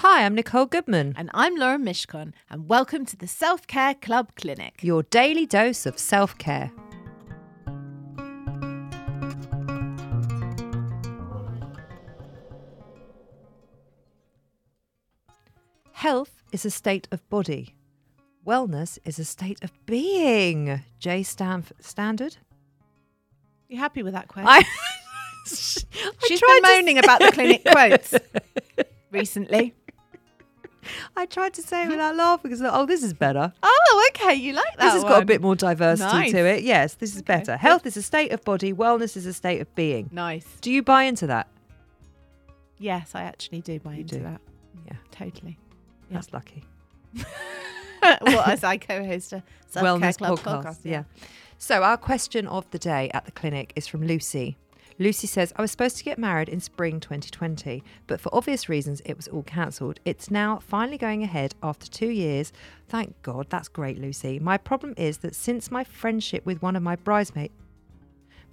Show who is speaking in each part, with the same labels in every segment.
Speaker 1: Hi, I'm Nicole Goodman,
Speaker 2: And I'm Laura Mishkon, and welcome to the Self Care Club Clinic.
Speaker 1: your daily dose of self care. Health is a state of body, wellness is a state of being. J Stanf- Standard?
Speaker 2: You happy with that quote?
Speaker 1: I,
Speaker 2: She's
Speaker 1: tried
Speaker 2: been
Speaker 1: to
Speaker 2: moaning about the clinic quotes recently.
Speaker 1: I tried to say it without laughing because, oh, this is better.
Speaker 2: Oh, okay. You like that
Speaker 1: this has got a
Speaker 2: one.
Speaker 1: bit more diversity
Speaker 2: Nice.
Speaker 1: to it. Yes, this is better. Health is a state of body, wellness is a state of being.
Speaker 2: Nice.
Speaker 1: Do you buy into that?
Speaker 2: Yes, I actually do buy into
Speaker 1: do.
Speaker 2: that.
Speaker 1: Yeah.
Speaker 2: Totally.
Speaker 1: That's lucky.
Speaker 2: well, as I co-host a Self Care
Speaker 1: Wellness
Speaker 2: Club
Speaker 1: podcast. yeah. So our question of the day at the clinic is from Lucy. Lucy says, I was supposed to get married in spring 2020, but for obvious reasons, it was all cancelled. It's now finally going ahead after two years. Thank God. That's great, Lucy. My problem is that since my friendship with one of my bridesmaids,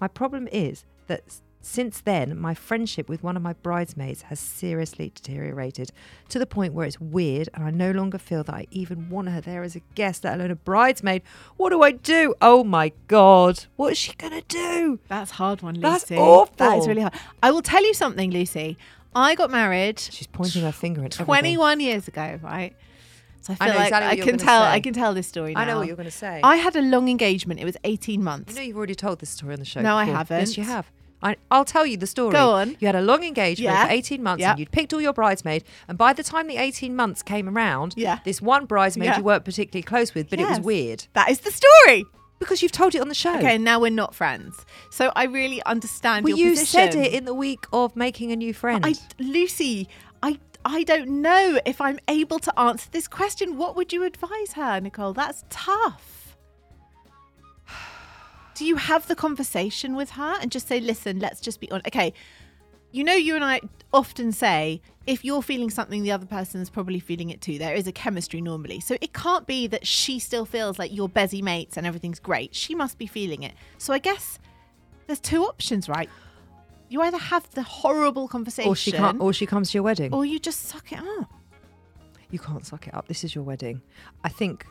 Speaker 1: my problem is that s- since then, my friendship with one of my bridesmaids has seriously deteriorated to the point where it's weird and I no longer feel that I even want her there as a guest, let alone a bridesmaid. What do I do? Oh my God. What is she going to do?
Speaker 2: That's a hard one, Lucy.
Speaker 1: That's
Speaker 2: That is
Speaker 1: awful.
Speaker 2: really hard. I will tell you something, Lucy. I got married
Speaker 1: She's pointing her finger at everything.
Speaker 2: 21 years ago, right? So I
Speaker 1: I
Speaker 2: feel
Speaker 1: know
Speaker 2: like
Speaker 1: exactly what
Speaker 2: I
Speaker 1: you're
Speaker 2: can
Speaker 1: gonna
Speaker 2: tell.
Speaker 1: say.
Speaker 2: I can tell this story. Now.
Speaker 1: I know what you're going to say.
Speaker 2: I had a long engagement. It was 18
Speaker 1: you
Speaker 2: months.
Speaker 1: know you've already told this story on the show.
Speaker 2: No, I
Speaker 1: before. Yes,
Speaker 2: haven't.
Speaker 1: you have. I, I'll tell you the story.
Speaker 2: Go on.
Speaker 1: You had a long engagement
Speaker 2: Yeah.
Speaker 1: for 18 months
Speaker 2: Yeah.
Speaker 1: and you'd picked all your bridesmaids. And by the time the 18 months came around,
Speaker 2: Yeah.
Speaker 1: this one bridesmaid
Speaker 2: Yeah.
Speaker 1: you weren't particularly close with, but it was
Speaker 2: Yes.
Speaker 1: weird.
Speaker 2: That is the story.
Speaker 1: Because you've told it on the show.
Speaker 2: Okay, now we're not friends. So I really understand
Speaker 1: Well,
Speaker 2: your
Speaker 1: you
Speaker 2: position.
Speaker 1: said it in the week of making a new friend.
Speaker 2: I, Lucy, I, I don't know if I'm able to answer this question. What would you advise her, Nicole? That's tough. Do you have the conversation with her and just say, listen, let's just be on? Okay, you know, you and I often say if you're feeling something, the other person's probably feeling it too. There is a chemistry normally. So it can't be that she still feels like you're busy mates and everything's great. She must be feeling it. So I guess there's two options, right? You either have the horrible conversation
Speaker 1: or she can't. Or she comes to your wedding.
Speaker 2: or you just suck it up.
Speaker 1: you can't suck it up. This is your wedding. I think,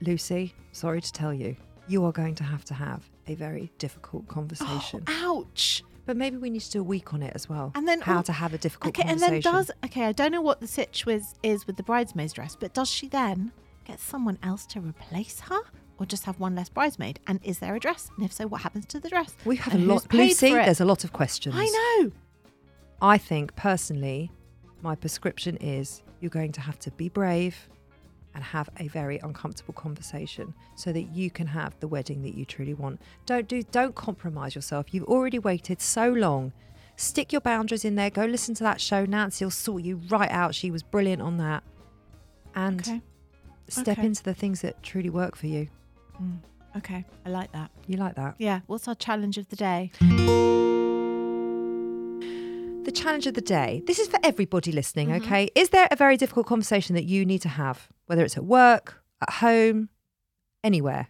Speaker 1: Lucy. Sorry to tell you, you are going to have to have a very difficult conversation.
Speaker 2: Oh, Ouch.
Speaker 1: but maybe we need to do a week on it as well.
Speaker 2: And then
Speaker 1: how to have a difficult
Speaker 2: okay,
Speaker 1: conversation.
Speaker 2: and then does okay? I don't know what the sitch was, is with the bridesmaid's dress, but does she then get someone else to replace her, or just have one less bridesmaid? And is there a dress? And if so, what happens to the dress?
Speaker 1: we have a
Speaker 2: And who's
Speaker 1: lot,
Speaker 2: paid
Speaker 1: Lucy.
Speaker 2: for it?
Speaker 1: There's a lot of questions.
Speaker 2: I know.
Speaker 1: I think personally, my prescription is you're going to have to be brave and have a very uncomfortable conversation so that you can have the wedding that you truly want. Don't do don't compromise yourself. You've already waited so long. Stick your boundaries in there. Go listen to that show. Nancy'll sort you right out. She was brilliant on that. And
Speaker 2: Okay,
Speaker 1: step
Speaker 2: okay.
Speaker 1: into the things that truly work for you.
Speaker 2: Mm. okay, I like that.
Speaker 1: You like that?
Speaker 2: Yeah. What's our challenge of the day?
Speaker 1: The challenge of the day. This is for everybody listening,
Speaker 2: Mm-hmm.
Speaker 1: okay? Is there a very difficult conversation that you need to have, whether it's at work, at home, anywhere?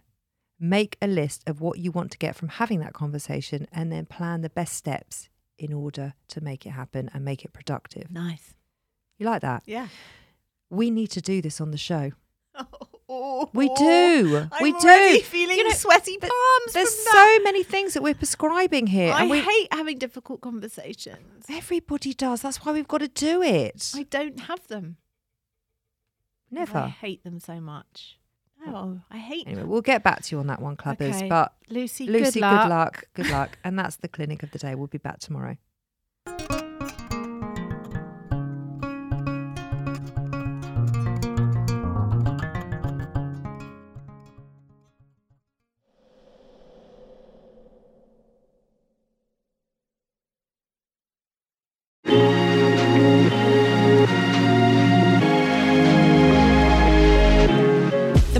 Speaker 1: Make a list of what you want to get from having that conversation and then plan the best steps in order to make it happen and make it productive.
Speaker 2: Nice.
Speaker 1: You like that?
Speaker 2: Yeah.
Speaker 1: We need to do this on the show.
Speaker 2: Oh,
Speaker 1: We do.
Speaker 2: I'm
Speaker 1: we do.
Speaker 2: already feeling sweaty
Speaker 1: th-
Speaker 2: palms
Speaker 1: There's
Speaker 2: from
Speaker 1: so
Speaker 2: that.
Speaker 1: many things that we're prescribing here.
Speaker 2: I
Speaker 1: and we,
Speaker 2: hate having difficult conversations.
Speaker 1: Everybody does. That's why we've got to do it.
Speaker 2: I don't have them. I
Speaker 1: Never. Oh.
Speaker 2: hate them so much. No, I hate
Speaker 1: Anyway,
Speaker 2: them.
Speaker 1: we'll get back to you on that one, clubbers.
Speaker 2: Okay.
Speaker 1: But
Speaker 2: Lucy, good
Speaker 1: Lucy,
Speaker 2: luck.
Speaker 1: good luck. Good luck. And that's the clinic of the day. We'll be back tomorrow.
Speaker 3: The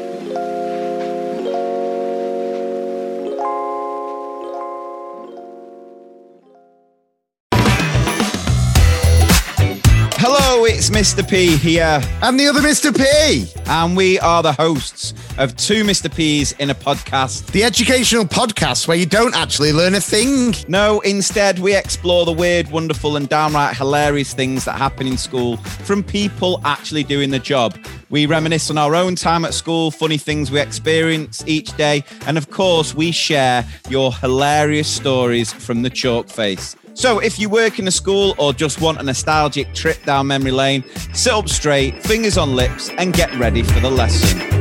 Speaker 4: Hello, it's Mr. P here. And the other Mr. P. And we are the hosts of Two Mr. P's in a Podcast.
Speaker 5: The educational podcast where you don't actually learn a thing.
Speaker 4: No, instead, we explore the weird, wonderful, and downright hilarious things that happen in school from people actually doing the job. We reminisce on our own time at school, funny things we experience each day, and of course, we share your hilarious stories from the chalk face. So, if you work in a school or just want a nostalgic trip down memory lane, sit up straight, fingers on lips, and get ready for the lesson.